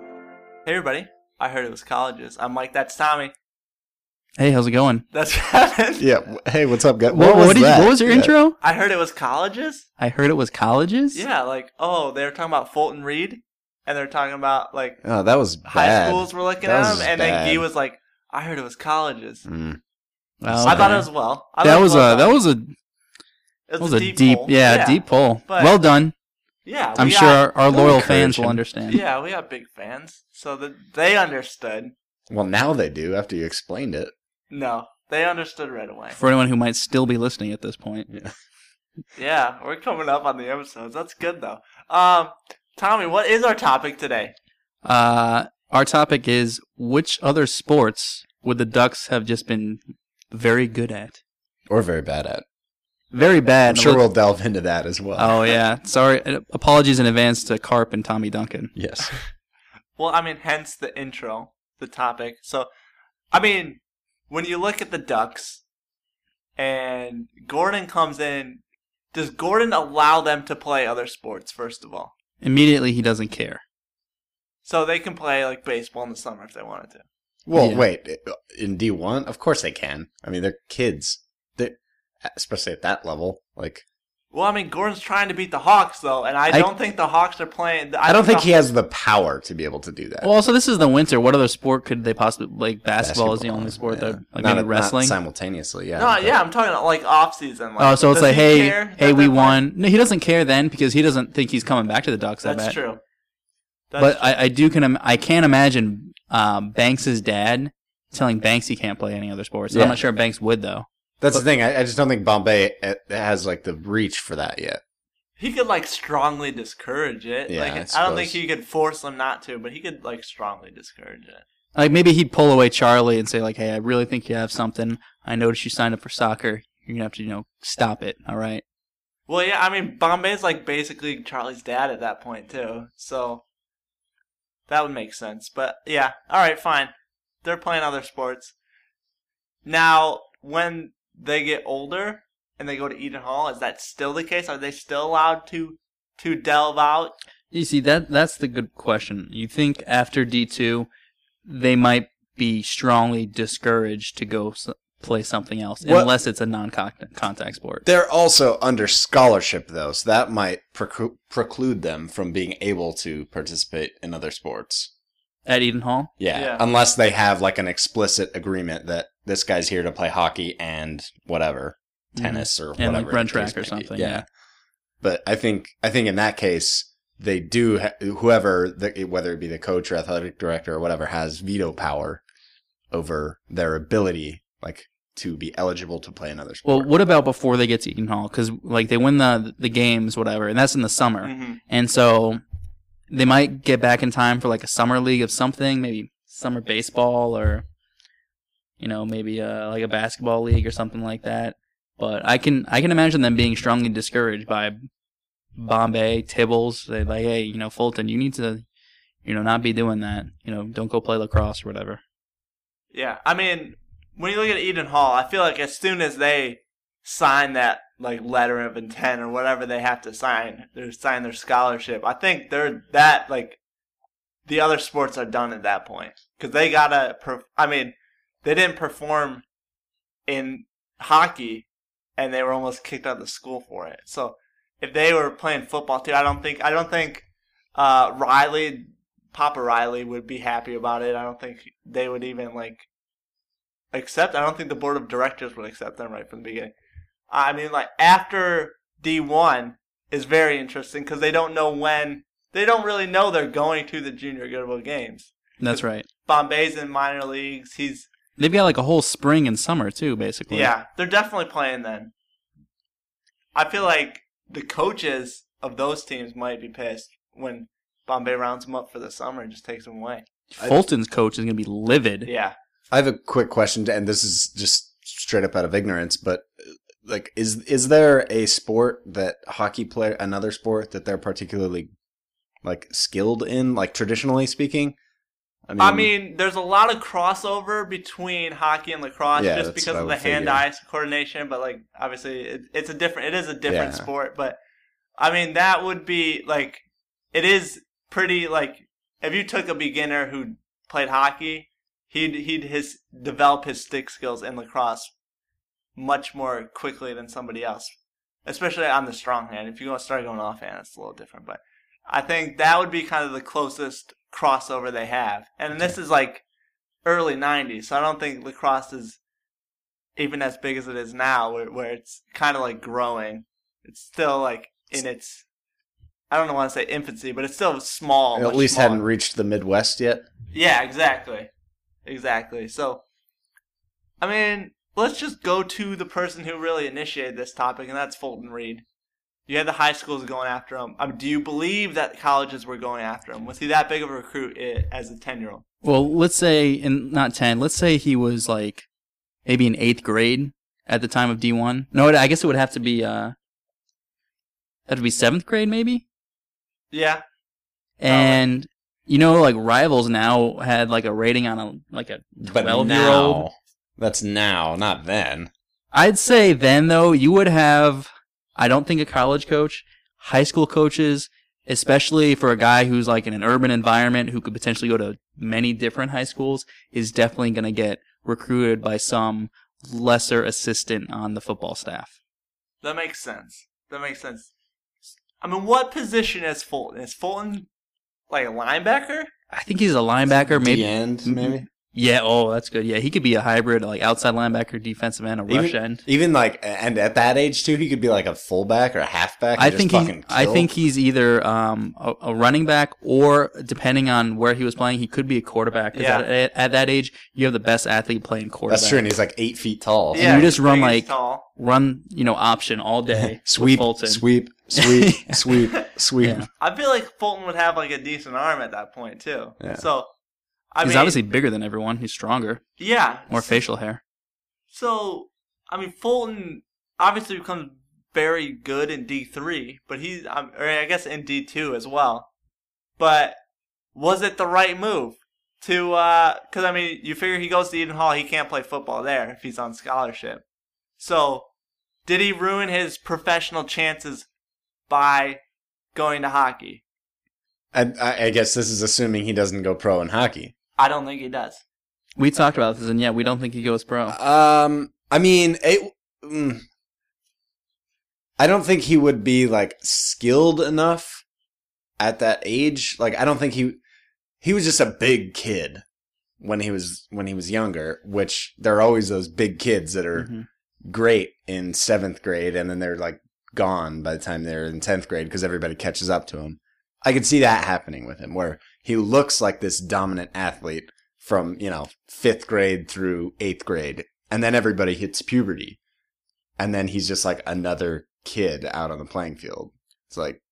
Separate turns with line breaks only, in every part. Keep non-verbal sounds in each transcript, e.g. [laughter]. Hey everybody, I heard it was colleges. I'm like, that's Tommy.
Hey, how's it going?
That's [laughs] Kevin.
Yeah. w- Hey, what's up, guys?
What, what,
was
did you,
that?
what was your
Yeah.
intro?
I heard it was colleges.
I heard it was colleges.
Yeah, like oh, they were talking about Fulton Reed, and they're talking about like
Oh, that was bad.
high schools were looking
That
at
was
them, and then
bad.
Gee was like, I heard it was colleges.
Mm.
Well,
I thought it
Oh, okay.
was well. I
that
liked
was a
well
that
done.
was a that
It
was a deep, yeah, deep poll.
But-
well done.
yeah.
I'm
we
sure
got-
our, our loyal fans
encouraging.
will understand.
yeah, we got big fans, so that they understood.
Well, now they do after you explained it.
No, they understood right away.
For anyone who might still be listening at this point,
Yeah, we're coming up on the episodes. That's good though. Um, Tommy, what is our topic today?
uh, our topic is which other sports would the Ducks have just been very good at?
Or very bad at.
Very bad.
I'm sure we'll delve into that as well.
Oh yeah, sorry. Apologies in advance to Carp and Tommy Duncan. [laughs]
Yes.
Well, I mean, hence the intro, the topic. So, I mean, when you look at the Ducks and Gordon comes in, does Gordon allow them to play other sports, first of all?
Immediately, he doesn't care.
So they can play like baseball in the summer if they wanted to.
Well,
Yeah.
wait. In D1, of course they can. I mean, they're kids. They, especially at that level. Like,
Well, I mean, Gordon's trying to beat the Hawks though, and I,
I-
don't think the Hawks are playing.
I don't think
the-
he has the power to be able to do that.
Well, also this is the winter. What other sport could they possibly like? Basketball, is the only sport
yeah.
that like maybe
Not- not
wrestling.
simultaneously. Yeah.
No,
but-
yeah, I'm talking like off season. Like,
Oh, so it's
does
like,
he
hey,
care
hey,
that
we
they're playing?
won. No, he doesn't care then because he doesn't think he's coming back to the Ducks. I
That's
bet.
true. That's
But I, I do can im- I can imagine um, Banks's dad telling Banks he can't play any other sports. I'm
Yeah.
not sure Banks would though.
That's the thing. I, I just don't think Bombay eh, has like the reach for that yet.
He could like strongly discourage it.
Yeah,
like
I
I, don't think
suppose.
he could force them not to, but he could like strongly discourage it.
Like maybe he'd pull away Charlie and say like, hey, I really think you have something. I noticed you signed up for soccer. You're gonna have to you know stop it. All right.
Well, yeah, I mean Bombay's like basically Charlie's dad at that point too, so that would make sense. But yeah, all right, fine. They're playing other sports. Now, when they get older and they go to Eden Hall, is that still the case? Are they still allowed to to delve out?
You see that that's the good question. You think after D two, they might be strongly discouraged to go s- play something else
Well-
unless it's a non-contact sport.
They're also under scholarship though, so that might preclu- preclude them from being able to participate in other sports.
At Eden Hall,
Yeah,
Yeah.
unless they have like an explicit agreement that this guy's here to play hockey and whatever tennis or
Mm-hmm. and
whatever,
like run
the case
track or
may be.
something. Yeah.
but I think I think in that case they do ha- whoever the, whether it be the coach or athletic director or whatever has veto power over their ability like to be eligible to play another
Well,
sport.
what about before they get to Eden Hall? Because like they win the the games, whatever, and that's in the summer,
Mm-hmm.
and so they might get back in time for like a summer league of something, maybe summer baseball or you know maybe uh, like a basketball league or something like that. But I can I can imagine them being strongly discouraged by Bombay Tibbles. They like, hey, you know, Fulton, you need to, you know, not be doing that. You know, don't go play lacrosse or whatever.
Yeah, I mean, when you look at Eden Hall, I feel like as soon as they sign that like letter of intent or whatever they have to sign, they sign their scholarship. I think they're that like the other sports are done at that point because they gotta. Per- I mean, they didn't perform in hockey, and they were almost kicked out of the school for it. So if they were playing football too, I don't think I don't think uh, Riley Papa Riley would be happy about it. I don't think they would even like accept. I don't think the board of directors would accept them right from the beginning. I mean, like after D one is very interesting because they don't know when they don't really know they're going to the junior Goodwill games.
That's right.
Bombay's in minor leagues. He's
They've got like a whole spring and summer too, basically.
yeah, they're definitely playing then. I feel like the coaches of those teams might be pissed when Bombay rounds them up for the summer and just takes them away.
Fulton's coach is gonna be livid.
Yeah.
I have a quick question, and this is just straight up out of ignorance, but uh, like, is is there a sport that hockey player, another sport that they're particularly like skilled in, like traditionally speaking?
I mean, there's a lot of crossover between hockey and lacrosse
Yeah,
just
that's
because
what I
of the
would figure.
hand-eye coordination. But like, obviously, it, it's a different. It is a different
Yeah.
sport. But I mean, that would be like, it is pretty like if you took a beginner who played hockey, he'd he'd his develop his stick skills in lacrosse much more quickly than somebody else, especially on the strong hand. If you go- start going offhand, it's a little different. But I think that would be kind of the closest crossover they have, and this is like early '90s, so I don't think lacrosse is even as big as it is now, where, where it's kind of like growing. It's still like in its I don't want to say infancy, but it's still small.
At
much
least
smaller.
hadn't reached the Midwest yet.
Yeah, exactly. Exactly. So, I mean, let's just go to the person who really initiated this topic, and that's Fulton Reed. You had the high schools going after him. I mean, do you believe that colleges were going after him? Was he that big of a recruit i- as a 10 year old?
Well, let's say in not ten. Let's say he was like maybe in eighth grade at the time of D one. No, I guess it would have to be uh, that'd be seventh grade maybe.
Yeah.
And you know, like rivals now had like a rating on a like a
But
12 year
now,
old.
that's now, not then.
I'd say then though you would have I don't think a college coach, high school coaches, especially for a guy who's like in an urban environment who could potentially go to many different high schools is definitely going to get recruited by some lesser assistant on the football staff.
That makes sense. That makes sense. I mean, what position is Fulton? Is Fulton like a linebacker?
I think he's a linebacker maybe. Mm-hmm.
The end, maybe.
Yeah, oh, that's good. Yeah, he could be a hybrid like outside linebacker, defensive end, a rush end.
Even like, and at that age too, he could be like a fullback or a halfback.
I
and
think
just
he,
fucking
I
kill.
think he's either um, a, a running back or depending on where he was playing, he could be a quarterback. 'Cause
Yeah.
at, at that age, you have the best athlete playing quarterback.
that's true. And he's like eight feet tall.
you just
big
run,
and
like-
tall.
Run, you know, option
[laughs]
all day.
Sweep,
Fulton.
sweep, sweep, sweep, sweep.
Yeah.
I feel like Fulton would have like a decent arm at that point too.
Yeah.
So, I
he's
mean,
obviously bigger than everyone. He's stronger,
yeah,
more facial hair.
So, I mean, Fulton obviously becomes very good in D three, but he's um, or I guess in D two as well. But was it the right move to? Because I mean, you figure he goes to Eden Hall, he can't play football there if he's on scholarship. So, did he ruin his professional chances by going to hockey?
I, I, I guess this is assuming he doesn't go pro in hockey.
I don't think he does.
We talked about this, and yeah, we don't think he goes pro.
Um, I mean, it, mm, I don't think he would be like skilled enough at that age. Like, I don't think he he was just a big kid when he was when he was younger. Which there are always those big kids that are
Mhm.
great in seventh grade, and then they're like gone by the time they're in tenth grade because everybody catches up to him. I could see that happening with him, where he looks like this dominant athlete from you know fifth grade through eighth grade, and then everybody hits puberty, and then he's just like another kid out on the playing field. It's like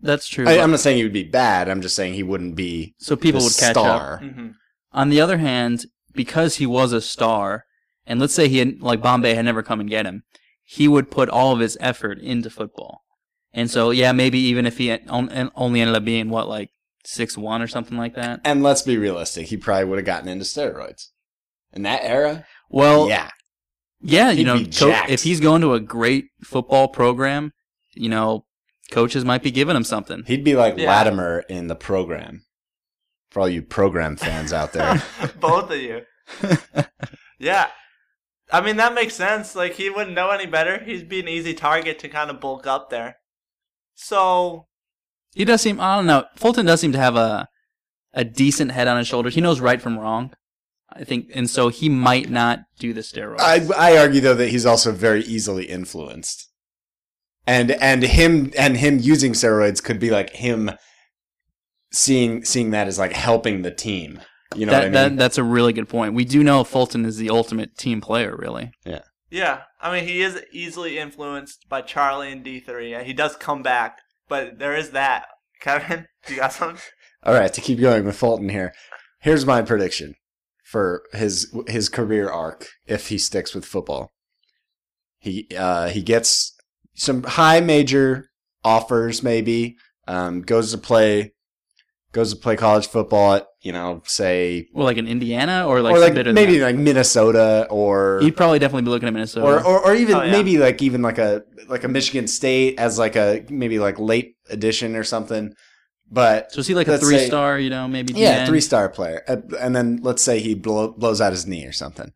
That's true.
I, I'm not saying he would be bad. I'm just saying he wouldn't be
so people
the
would catch up.
star.
hmm
On the other hand, because he was a star, and let's say he had, like Bombay had never come and get him, he would put all of his effort into football. And so, yeah, maybe even if he had on- and only ended up being what like six one or something like that.
And let's be realistic, he probably would have gotten into steroids in that era.
Well, yeah,
yeah,
you
He'd
know,
be
co-
jacked.
if he's going to a great football program, you know, coaches might be giving him something.
he'd be like
Yeah.
Latimer in the program. For all you program fans
[laughs]
out there,
Both of you. yeah. I mean, that makes sense. Like, he wouldn't know any better. He'd be an easy target to kind of bulk up there. So,
He does seem, I don't know, Fulton does seem to have a a decent head on his shoulders. He knows right from wrong. I think, and so he might not do the steroids.
I, I argue though that he's also very easily influenced, and and him and him using steroids could be like him seeing seeing that as like helping the team. You know
that,
what I mean?
that that's a really good point. We do know Fulton is the ultimate team player, really.
yeah. I mean, he is easily influenced by Charlie and D3. and He does come back, but there is that. [laughs] Kevin, you got something?
All right, to keep going with Fulton here. Here's my prediction for his his career arc if he sticks with football. He uh, he gets some high major offers, maybe um, goes to play goes to play college football at you know say
Well, like in Indiana or like,
or
better
like
than
maybe
that.
like Minnesota or
he'd probably definitely be looking at Minnesota.
or, or or even
Oh, yeah.
maybe like even like a like a Michigan State as like a maybe like late edition or something. But
So is he like a
Let's say-
three star? You know, maybe
yeah,
DN?
three star player. And- And then let's say he blow, blows out his knee or something.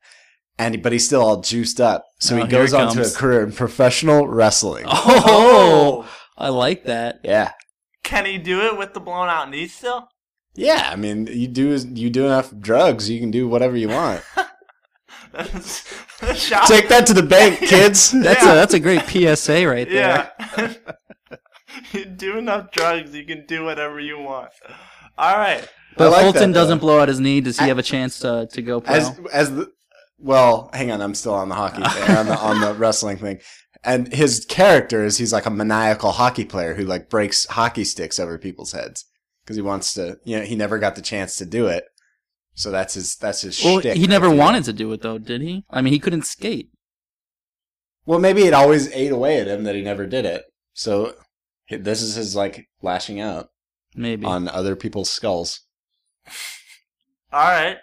And but he's still all juiced up. So
Oh,
he
here
goes
it
on to a
comes.
career in professional wrestling.
[laughs] Oh, I like that.
Yeah.
Can he do it with the blown out knee still? [laughs]
Yeah, I mean, you do you do enough drugs, you can do whatever you
[laughs]
want.
[laughs] Shock.
Take that to
[laughs]
the bank, kids.
That's
Yeah.
a that's a great PSA right there.
yeah. [laughs] you do enough drugs, you can do whatever you want. All right.
I
But
like
Fulton
that, though.
doesn't blow out his knee. Does he
I-
have a chance to to go pro?
as as the well hang on i'm still on the hockey thing, on the
[laughs]
on the wrestling thing and his character is he's like a maniacal hockey player who like breaks hockey sticks over people's heads because he wants to you know he never got the chance to do it so that's his that's his
well,
shtick,
he never
if you-
wanted to do it though, did he? I mean, he couldn't skate.
well maybe it always ate away at him that he never did it so he- this is his like lashing out
Maybe.
on other people's skulls
All right.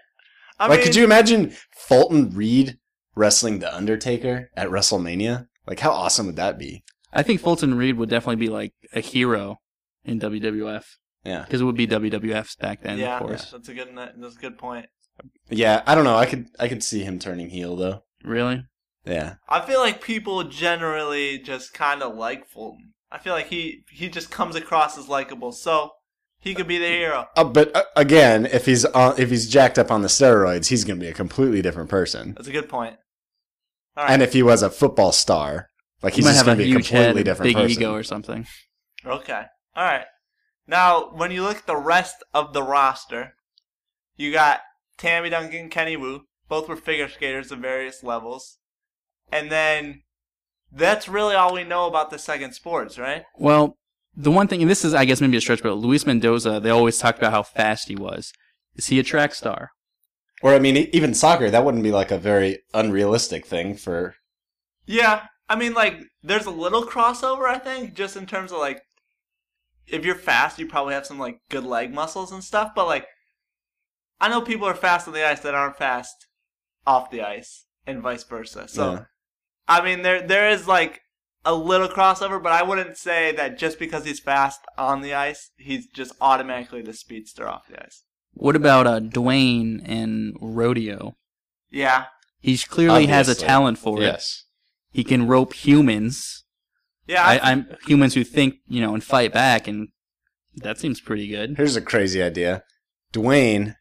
I
like
mean,
could you imagine fulton reed wrestling the undertaker at wrestlemania like how awesome would that be
I think Fulton Reed would definitely be like a hero in WWF
yeah
because it would be WWFs back then,
yeah,
of course.
that's a good. That's a good point.
Yeah, I don't know. I could I could see him turning heel though.
Really?
Yeah.
I feel like people generally just kind of like Fulton. I feel like he he just comes across as likable, so he could be the hero.
Uh, but uh, again, if he's on, if he's jacked up on the steroids, he's going to be a completely different person.
That's a good point. All right.
And if he was a football star, like
He
he's
might have
just going
a
to be a
huge head,
completely
a
different
big
person.
ego or something.
Okay. All right. Now, when you look at the rest of the roster, you got Tammy Duncan, Kenny Wu. Both were figure skaters of various levels. And then that's really all we know about the second sports, right?
Well, the one thing, and this is, I guess, maybe a stretch, but Luis Mendoza, they always talk about how fast he was. Is he a track star?
Or I mean, e- even soccer that wouldn't be like a very unrealistic thing for.
Yeah. I mean, like, there's a little crossover, I think, just in terms of, like, if you're fast, you probably have some, like, good leg muscles and stuff. But, like, I know people are fast on the ice that aren't fast off the ice, and vice versa. So.
Yeah.
I mean, there there is like a little crossover, but I wouldn't say that just because he's fast on the ice, he's just automatically the speedster off the ice.
What about uh, Dwayne and Rodeo?
Yeah,
He clearly has a
Obviously.
talent for it.
yes,
He can rope humans.
yeah.
I, I'm humans who think, you know, and fight back, and that seems pretty good.
Here's a crazy idea. Dwayne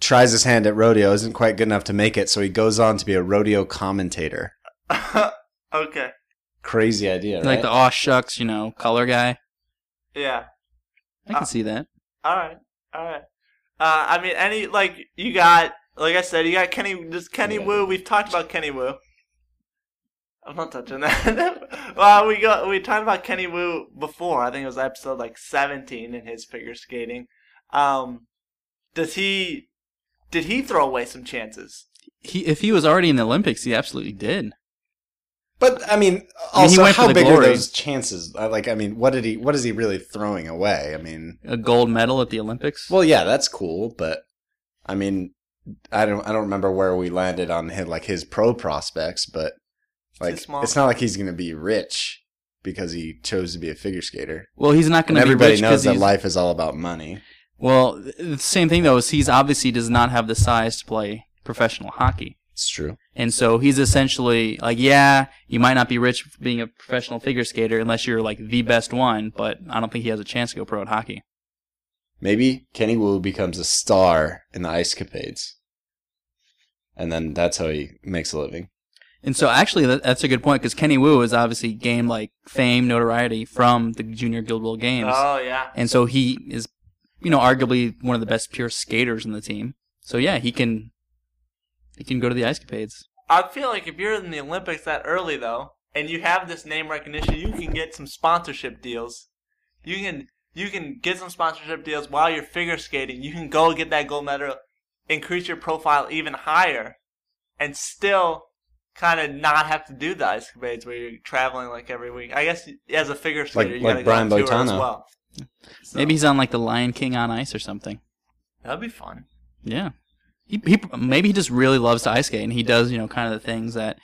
tries his hand at rodeo, isn't quite good enough to make it, so he goes on to be a rodeo commentator.
[laughs] okay.
Crazy idea, right?
Like the aw shucks, you know, color guy.
Yeah.
I can
Ah.
see that.
All right. All right. Uh, I mean, any like you got like I said, you got Kenny. Just Kenny
Yeah.
Wu. We've talked about Kenny Wu. I'm not touching that. [laughs] well, we got we talked about Kenny Wu before. I think it was episode like 17 in his figure skating. Um, does he? Did he throw away some chances?
He, if he was already in the Olympics, he absolutely did.
But I mean,
I mean, he
also,
went for
how
the
big
glory.
are those chances? Uh, Like, I mean, what did he? What is he really throwing away? I mean,
A gold medal at the Olympics.
well, yeah, that's cool, but I mean, I don't, I don't remember where we landed on his, like his pro prospects, but like,
small.
it's not like he's going to be rich because he chose to be a figure skater.
Well, he's not
And
going to be
everybody
rich
knows
'cause
that
he's-
life is all about money.
Well, th- the same thing though is he's obviously does not have the size to play professional hockey,
It's true.
and so he's essentially like, yeah, you might not be rich for being a professional figure skater unless you're like the best one, but I don't think he has a chance to go pro at hockey.
Maybe Kenny Wu becomes a star in the ice capades, and then that's how he makes a living.
And so actually, that, that's a good point because Kenny Wu has obviously gained like fame, notoriety from the Junior Guild World Games,
Oh yeah.
and so he is, you know, arguably one of the best pure skaters in the team. So yeah, he can, he can go to the ice capades.
I feel like if you're in the Olympics that early though, and you have this name recognition, you can get some sponsorship deals. You can you can get some sponsorship deals while you're figure skating. You can go get that gold medal, increase your profile even higher, and still kind of not have to do the ice capades where you're traveling like every week. I guess as a figure skater, you gotta
like Brian
go on tour as
Boitano.
well. So,
Maybe he's on like the Lion King on ice or something.
that'd be fun.
Yeah. He, he maybe he just really loves to ice skate and he does, you know, kind of the things that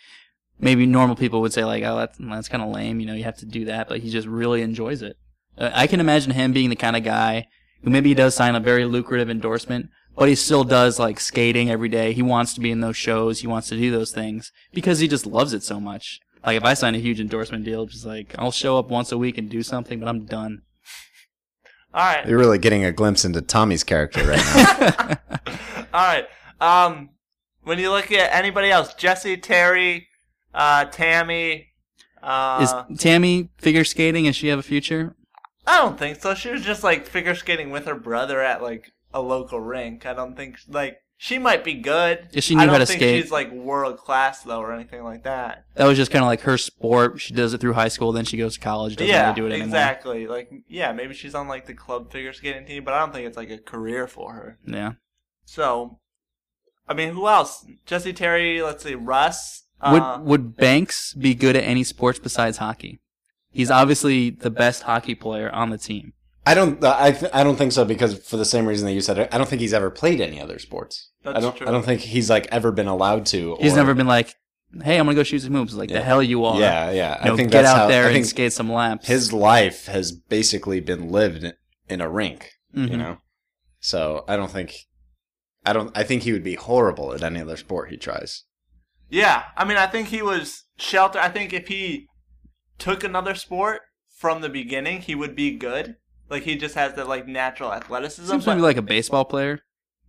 maybe normal people would say like, "Oh, that's that's kind of lame, you know, you have to do that," but he just really enjoys it. Uh, I can imagine him being the kind of guy who maybe he does sign a very lucrative endorsement, but he still does like skating every day. He wants to be in those shows. He wants to do those things because he just loves it so much. Like if I sign a huge endorsement deal, it's just like I'll show up once a week and do something, but I'm done. [laughs]
All right.
You're really getting a glimpse into Tommy's character right now.
[laughs] All right. Um, when you look at anybody else, Jesse, Terry, uh, Tammy,
Is
uh,
Tammy figure skating? Does she have a future?
I don't think so. She was just like figure skating with her brother at like a local rink. I don't think like she might be good.
If she knew
I
how
don't
to
think
skate.
she's like world class though or anything like that.
That was just kind of like her sport. She does it through high school, then she goes to college. Doesn't
yeah,
really do it anymore.
exactly. Like yeah, maybe she's on like the club figure skating team, but I don't think it's like a career for her.
Yeah.
So, I mean, who else? Jesse Terry. Let's see, Russ. Uh,
Would would Banks be good at any sports besides hockey? He's obviously the best hockey player on the team.
I don't. I th- I don't think so because for the same reason that you said, it, I don't think he's ever played any other sports.
That's
I don't.
true.
I don't think he's like ever been allowed to.
He's
or-
never been like, "Hey, I'm gonna go shoot some moves." Like the
Yeah.
hell you are.
Yeah, yeah.
You know,
I think
get
that's
out
how.
there
I
and
think
skate some laps.
his life has basically been lived in- in a rink.
Mhm.
You know, so I don't think. I don't. I think he would be horrible at any other sport he tries.
Yeah, I mean, I think he was sheltered. I think if he took another sport from the beginning, he would be good. Like he just has that like natural athleticism.
seems to
But
be like a baseball player.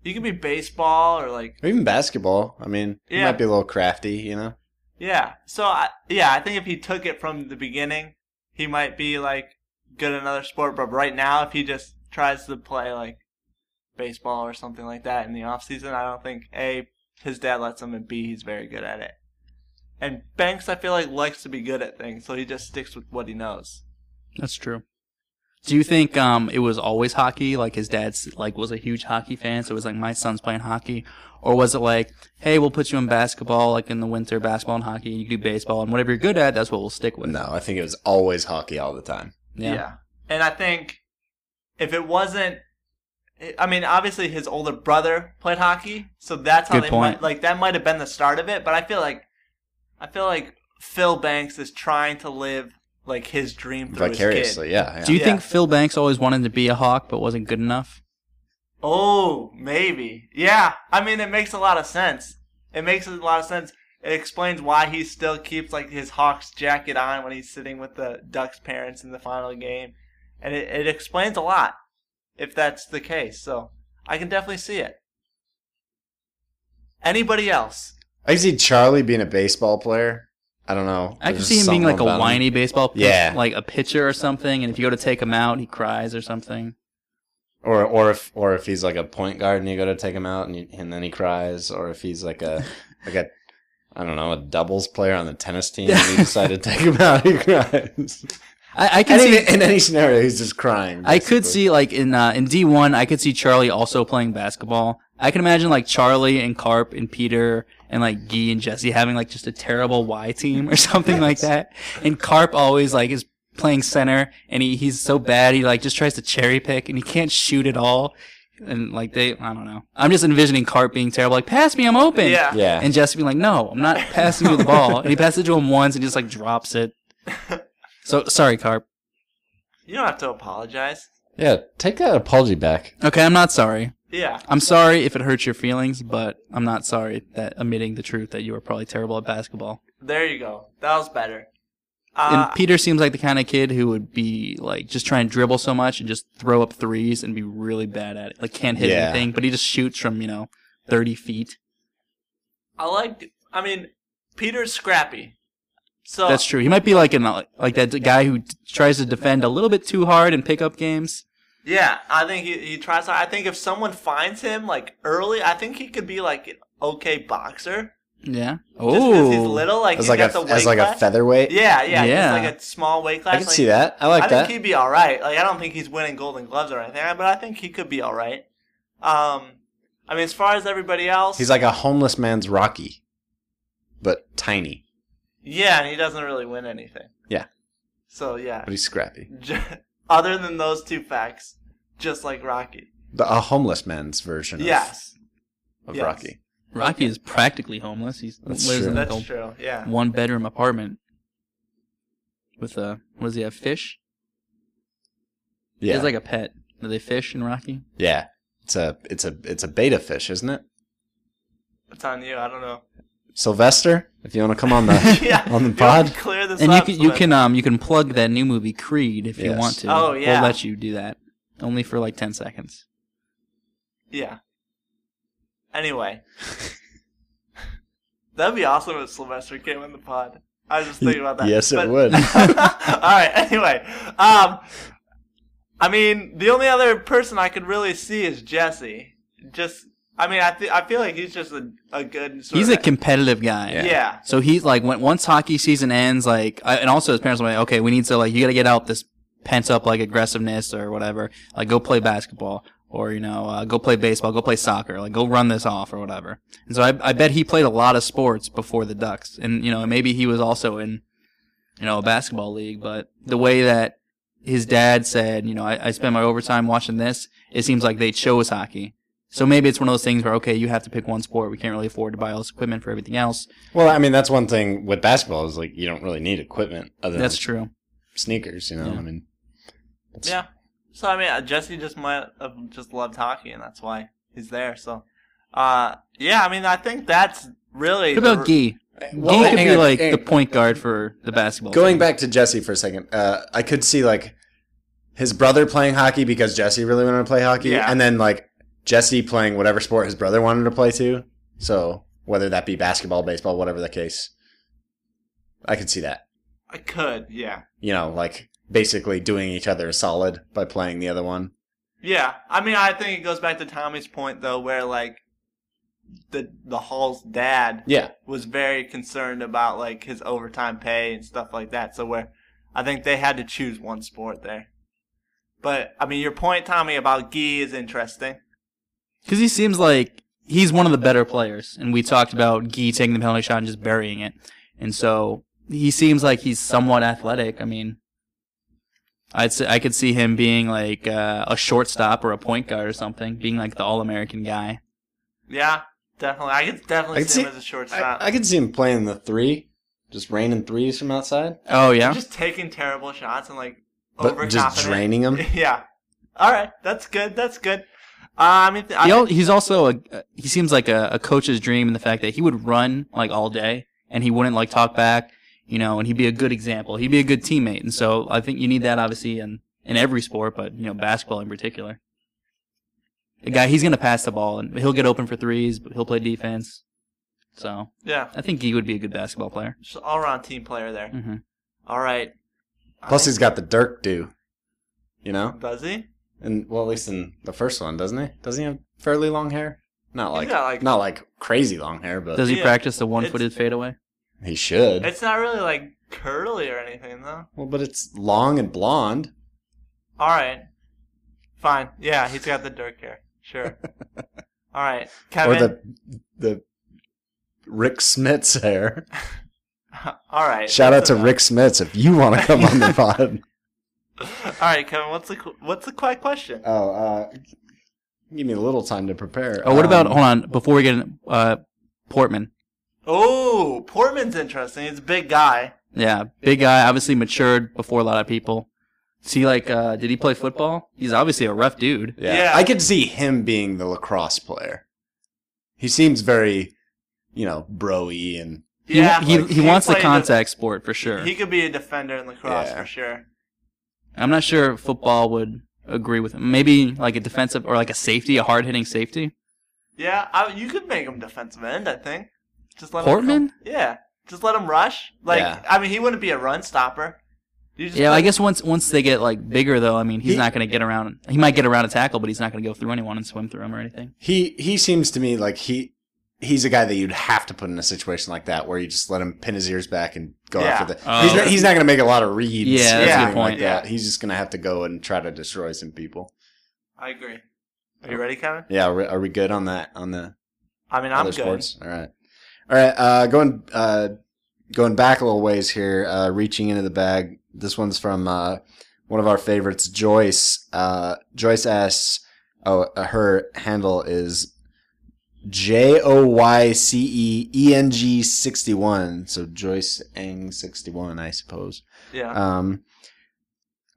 he could be baseball or like
Or even basketball. I mean, he
Yeah.
might be a little crafty. You know.
yeah. So I, yeah, I think if he took it from the beginning, he might be like good at another sport. But right now, if he just tries to play like baseball or something like that in the off season, I don't think a his dad lets him, and b he's very good at it. And Banks, I feel like likes to be good at things, so he just sticks with what he knows.
That's true. Do you think um it was always hockey? Like his dad's like was a huge hockey fan, so it was like my son's playing hockey, or was it like, hey, we'll put you in basketball, like in the winter, basketball and hockey. You do baseball and whatever you're good at, that's what we'll stick with.
No, I think it was always hockey all the time.
Yeah. And I think if it wasn't, I mean, obviously his older brother played hockey, so that's how
Good
they
point.
might like that might have been the start of it. But I feel like, I feel like Phil Banks is trying to live like his dream through His kid.
Vicariously, yeah. yeah.
Do you
Yeah.
think Phil Banks always wanted to be a hawk but wasn't good enough?
Oh, maybe. Yeah. I mean, it makes a lot of sense. It makes a lot of sense. It explains why he still keeps like his Hawks jacket on when he's sitting with the Ducks parents in the final game, and it, it explains a lot if that's the case. So I can definitely see it. Anybody else?
I can see Charlie being a baseball player. I don't know.
I could
There's
see him being
something
like a
about him.
whiny baseball player,
Yeah.
like a pitcher or something, and if you go to take him out, he cries or something.
or or if or if he's like a point guard and you go to take him out and you, and then he cries, or if he's
[laughs]
like a like a I don't know a doubles player on the
[laughs]
tennis team and you decide to take him out, he cries.
I, I can
Any,
see
in any scenario, he's just crying.
I could
basically.
see like in uh, in D one, I could see Charlie also playing basketball. I can imagine like Charlie and Carp and Peter and like Gee and Jesse having like just a terrible Y team or [laughs] something like that. And Carp always like is playing center and he, he's so bad he like just tries to cherry pick and he can't shoot at all. And like they, I don't know. I'm just envisioning Carp being terrible. Like pass me, I'm open.
Yeah.
Yeah,
And Jesse being like, no, I'm not passing you the ball. And he passes it to him once and just like drops it. So sorry, Carp.
You don't have to apologize.
yeah. Take that apology back.
Okay, I'm not sorry.
Yeah.
I'm sorry if it hurts your feelings, but I'm not sorry that admitting the truth that you were probably terrible at basketball.
There you go. That was better.
and
Uh,
Peter seems like the kind of kid who would be like just try and dribble so much and just throw up threes and be really bad at it. Like can't hit
Yeah.
anything, but he just shoots from, you know, 30 feet.
I liked. I mean, Peter's scrappy. So
That's true. He might be like an like that guy who t- tries to defend a little bit too hard in pickup games.
Yeah, I think he, he tries. I think if someone finds him like early, I think he could be like an okay boxer.
Yeah.
Just because he's
Oh.
little, like
As
he's
like
got the
a
weight
as like a
class.
featherweight.
yeah, yeah,
Yeah.
just like a small weight class.
I can
like,
see that. I
I
like
think
that.
he'd be all right. Like I don't think he's winning Golden Gloves or anything, but I think he could be all right. Um, I mean, as far as everybody else,
He's like a homeless man's Rocky, but tiny.
yeah, and he doesn't really win anything.
Yeah.
So yeah, [laughs]
But he's scrappy.
other than those two facts, just like Rocky.
The, a homeless man's version. Of,
Yes,
of
yes.
Rocky.
Rocky is practically homeless. He
That's
lives
true.
in like
that's
a
true. Yeah.
one bedroom apartment with uh what does he have fish He
Yeah,
has like a pet. Do they fish in Rocky?
yeah. It's a it's a it's a beta fish, isn't it?
It's on you. I don't know.
Sylvester, if you want to come on
[laughs]
the
[laughs] yeah.
on the
You have
pod,
to Clear this
And you
up.
can you
Slim.
can um you can plug that new movie Creed if you
Yes.
want to.
Oh, yeah.
We'll let you do that. Only for like ten seconds.
Yeah. Anyway. [laughs] That'd be awesome if Sylvester came in the pod. I was just thinking about that.
yes,
But- [laughs]
it would.
All right. Anyway, um, I mean, the only other person I could really see is Jesse. Just, I mean, I th- I feel like he's just a, a good. Sort
He's a
of,
competitive guy.
yeah.
So he's like, when once hockey season ends, like, I, and also his parents were like, okay, we need to like, you got to get out this pent up like aggressiveness or whatever. Like, go play basketball or you know, uh, go play baseball, go play soccer, like, go run this off or whatever. And so I, I bet he played a lot of sports before the Ducks, and you know, maybe he was also in, you know, a basketball league. But the way that his dad said, you know, I, I spend my overtime watching this. It seems like they chose hockey. So maybe it's one of those things where okay, you have to pick one sport. We can't really afford to buy all this equipment for everything else.
Well, I mean, that's one thing with basketball is like you don't really need equipment other
That's
than
true.
sneakers. You know,
Yeah.
I mean, that's-
Yeah. So I mean, uh, Jesse just might have just loved hockey, and that's why he's there. So, uh, yeah. I mean, I think that's really.
What about Gee?
Well,
Gee could
hang
be
on,
like
hang
the
on.
point guard for the basketball.
Going
team.
back to Jesse for a second, uh, I could see like his brother playing hockey because Jesse really wanted to play hockey,
Yeah.
and then like Jesse playing whatever sport his brother wanted to play too. So whether that be basketball, baseball, whatever the case, I could see that.
I could. Yeah.
You know, like basically doing each other a solid by playing the other one.
Yeah, I mean, I think it goes back to Tommy's point though, where like the the Hall's dad
Yeah,
was very concerned about like his overtime pay and stuff like that. So where I think they had to choose one sport there. But I mean, your point, Tommy, about Gee is interesting.
because he seems like he's one of the better players, and we talked about Gee taking the penalty shot and just burying it, and so he seems like he's somewhat athletic. I mean, I'd say, I could see him being like uh, a shortstop or a point guard or something, being like the All American guy.
Yeah, definitely. I could definitely
I could
see, him
see-
as a shortstop.
I, I could see him playing the three, just raining threes from outside,
Oh yeah,
Just taking terrible shots and like
but
overconfident. [laughs]
just draining them.
yeah. All right, that's good. That's good. Uh, I mean, th- I,
he al- he's also a he seems like a, a coach's dream in the fact that he would run like all day and he wouldn't like talk back, you know, and he'd be a good example. He'd be a good teammate, and so I think you need that obviously in in every sport, but you know, basketball in particular. The guy he's gonna pass the ball and he'll get open for threes, but he'll play defense. So
yeah,
I think he would be a good basketball player.
just all around team player there.
hmm
All right.
Plus,
I
he's got the Dirk do. You know.
think- does he?
And well, at least in the first one, doesn't he? Doesn't he have fairly long hair? Not
He's
like,
got, like-
not like crazy long hair, but
Does he
Yeah.
practice the one-footed fadeaway?
he should.
It's not really like curly or anything though.
well, but it's long and blonde.
All right, fine. Yeah, he's got the Dirk hair.
[laughs]
Sure. All right, Kevin. [laughs]
Or the the Rick Smith's hair.
[laughs] All right.
Shout out
that's
to
enough.
Rick Smith's if you want to come on the pod.
[laughs] All right, Kevin. What's the qu- what's the quiet question?
Oh, uh, give me a little time to prepare.
Oh, what about
Um,
hold on before we get in, uh, Portman?
Oh, Portman's interesting. He's a big guy.
Yeah, big guy, obviously matured before a lot of people. Is he like, uh, did he play football? He's obviously a rough dude.
Yeah.
Yeah.
I could see him being the lacrosse player. He seems very, you know, broy and
He-
Yeah,
he,
like,
he, wants the
played def-
contact sport for sure.
He could be a defender in lacrosse
Yeah.
for sure.
I'm not sure if football would agree with him. Maybe like a defensive or like a safety, a hard hitting safety.
Yeah, I, you could make him defensive end. I think. Just let Him
Portman?
come- yeah, just let him rush. Like,
Yeah.
I mean, he wouldn't be a run stopper. You just
Yeah,
put-
I guess once once they get like bigger though, I mean, he's
He-
not going to get around. He might get around a tackle, but he's not going to go through anyone and swim through him or anything.
he he seems to me like he he's a guy that you'd have to put in a situation like that where you just let him pin his ears back and go
Yeah.
after the
Oh.
he's not, he's not going to make a lot of reads
Yeah,
or
that's a good
anything
point.
like that he's just going to have to go and try to destroy some people
I agree. Are you ready, Kevin?
yeah are we, are we good on that on the
I mean, I'm
other
good.
sports all right all right uh going uh going back a little ways here uh reaching into the bag this one's from uh one of our favorites joyce uh joyce asks oh uh, her handle is J O Y C E E N G 61. So Joyce Eng 61, I suppose.
Yeah.
Um,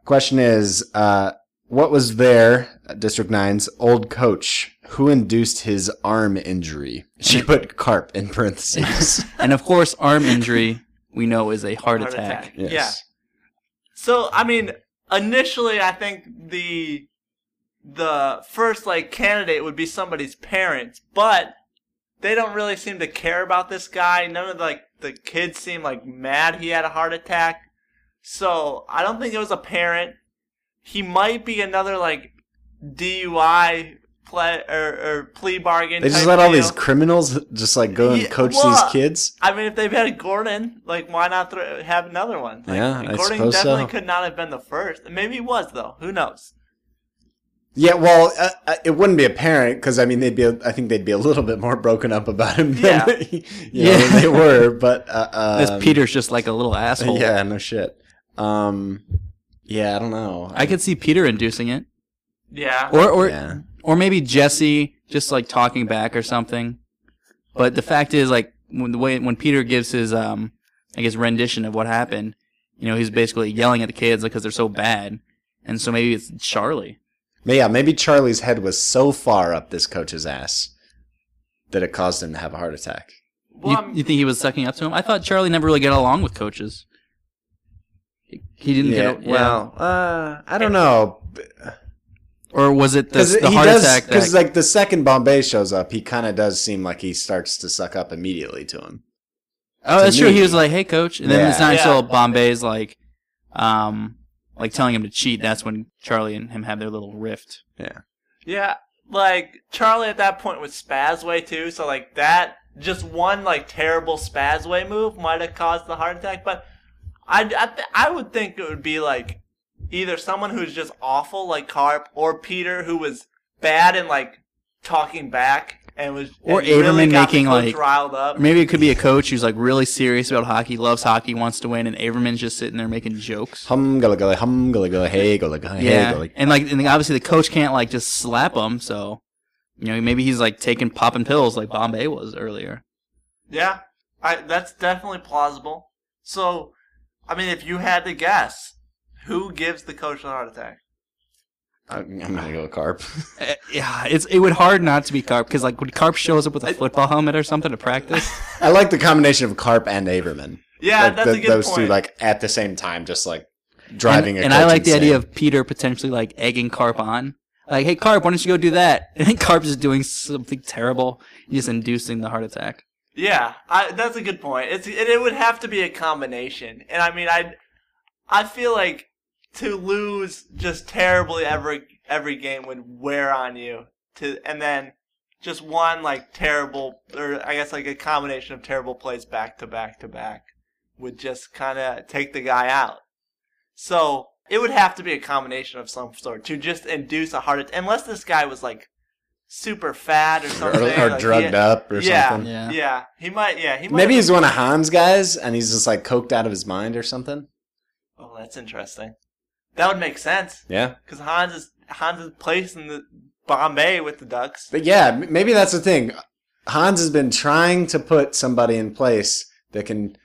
question is, uh, what was their uh, District 9's old coach who induced his arm injury? [laughs] She put carp
[laughs]
in parentheses.
And of course, arm injury we know is a heart, attack.
Yes.
Yeah. So I mean, initially, I think the the first like candidate would be somebody's parents, but they don't really seem to care about this guy. None of like the kids seem like mad he had a heart attack. So I don't think it was a parent. He might be another like DUI play or, or plea bargain.
They just
type
let all
deal.
these criminals just like go and
Yeah,
coach
well,
these kids.
I mean, if they've had Gordon, like, why not thro have another one? Like,
Yeah, I
Gordon
suppose
definitely
so.
could not have been the first. Maybe he was though. Who knows?
Yeah, well, uh, uh, it wouldn't be apparent because I mean they'd be. I think they'd be a little bit more broken up about him than
Yeah.
you know,
Yeah.
than they were. But uh,
This
um,
Peter's just like a little asshole.
[laughs] Yeah, no shit. Um, yeah, I don't know.
I could see Peter inducing it,
Yeah.
or or
yeah.
or maybe Jesse just like talking back or something. But the fact is, like when the way when Peter gives his um, I guess rendition of what happened, you know, he's basically yelling at the kids because they're so bad, and so maybe it's Charlie.
But yeah, maybe Charlie's head was so far up this coach's ass that it caused him to have a heart attack.
Well,
you,
I'm-
you think he was sucking up to him? I thought Charlie never really got along with coaches. He, he didn't
yeah,
get a,
well, uh, I don't know.
or was it the,
Because
the
he
heart
does,
attack?
because
That,
like the second Bombay shows up, he kind of does seem like he starts to suck up immediately to him.
oh, that's
to
true.
me-
He was like, "Hey, coach," and then it's
Yeah.
not
Yeah.
until Bombay's like, um, like telling him to cheat. That's when Charlie and him have their little rift.
yeah. Like Charlie at that point was Spazway too, so like that just one like terrible Spazway move might have caused the heart attack. But I I, th- I would think it would be like either someone who's just awful like Carp or Peter who was bad and like talking back and was
Or
and really
Averman
got the
making,
coach
like-
riled up.
Or maybe it could be a coach who's like really serious about hockey, loves hockey, wants to win, and Averman's just sitting there making jokes.
Hum gully gully, hum gully gully, hey gully gully, hey
Yeah,
gully.
and like, and obviously the coach can't like just slap him. So, you know, maybe he's like taking popping pills like Bombay was earlier.
Yeah, I, that's definitely plausible. So, I mean, if you had to guess, who gives the coach a heart attack?
I'm I'm gonna go carp.
Uh, Yeah, it's it would hard not to be Carp because like when Carp shows up with a football helmet or something to practice,
[laughs] I like the combination of carp and Averman.
Yeah,
Like,
that's
the-
a good
those
point.
two, like at the same time, just like [laughs] driving.
and,
a
and I
coach
like the idea
insane.
of Peter potentially like egging Carp on, like, "Hey Carp, why don't you go do that?" [laughs] And then Carp is doing something terrible, just inducing the heart attack.
yeah, I, that's a good point. It's it, it would have to be a combination, and I mean, I I feel like to lose just terribly every every game would wear on you. To and then just one like terrible, or I guess like a combination of terrible plays back to back to back would just kind of take the guy out. So it would have to be a combination of some sort to just induce a heart attack, unless this guy was like super fat or something,
or, or [laughs]
like,
drugged
yeah,
up or
yeah,
something.
Yeah.
yeah, he might. Yeah, he might.
Maybe
have-
he's one of Han's guys, and he's just like coked out of his mind or something.
Oh, that's interesting. That would make sense
Yeah,
because Hans is Hans is placed in the Bombay with the Ducks.
but yeah, m- maybe that's the thing. Hans has been trying to put somebody in place that can,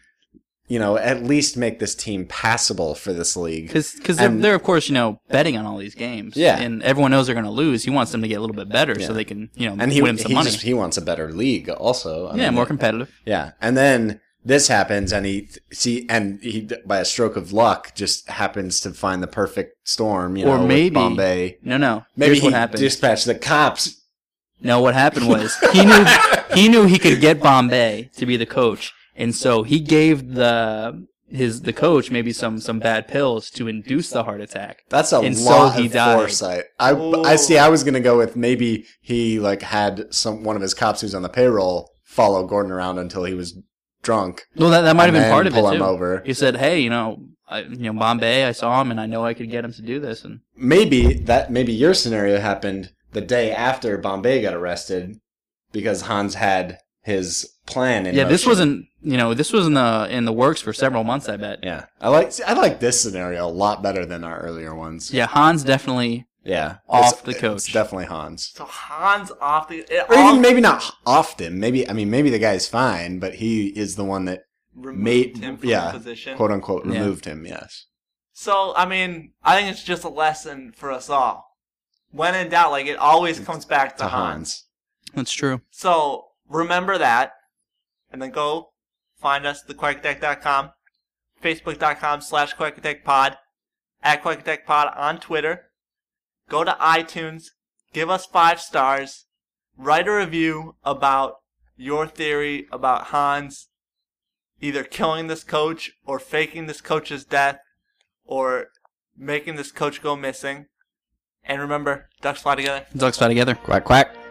you know, at least make this team passable for this league.
Because they're,
And-
they're, of course, you know, betting on all these games.
Yeah.
And everyone knows they're going to lose. He wants them to get a little bit better
Yeah.
so they can, you know,
And he
win him some
he,
money.
just, he wants a better league, also. I
yeah,
mean,
more competitive.
Yeah, and then this happens, and he see, and he by a stroke of luck just happens to find the perfect storm. You
Or
know, with
maybe-
Bombay.
No, no.
Maybe
Here's
he
what happened.
dispatched the cops. [laughs]
No, what happened was he knew [laughs] he knew he could get Bombay to be the coach, and so he gave the his the coach maybe some some bad pills to induce the heart attack.
That's a
And so
lot
he
of
died.
foresight. I I
Ooh.
see. I was gonna go with maybe he like had some one of his cops who's on the payroll follow Gordon around until he was drunk.
Well, that, that might have
and
been
then
part of it
pull him
too.
over.
He said, "Hey, you know, I, you know, Bombay, I saw him, and I know I could get him to do this." And
Maybe that maybe your scenario happened the day after Bombay got arrested because Hans had his plan. In
yeah, this
motion.
wasn't you know this was in the in the works for several months. I bet.
Yeah, I like see, I like this scenario a lot better than our earlier ones.
Yeah, Hans definitely
yeah,
Off the
it's
coach.
definitely Hans.
So Hans off the. It
Or
all
even maybe not off them. Maybe I mean maybe the guy's fine, but he is the one that
removed
made-
him from
yeah,
the position.
quote unquote
Yeah.
removed him. Yes.
So I mean, I think it's just a lesson for us all. When in doubt, like it always comes back to,
to
Hans.
Hans.
That's true.
So remember that, and then go find us at thequarkdeck.com, facebook.com slash quackadeckpod, at quackadeckpod on Twitter. Go to iTunes, give us five stars, write a review about your theory about Hans either killing this coach or faking this coach's death or making this coach go missing. And remember, ducks fly together.
Ducks fly together.
Quack quack.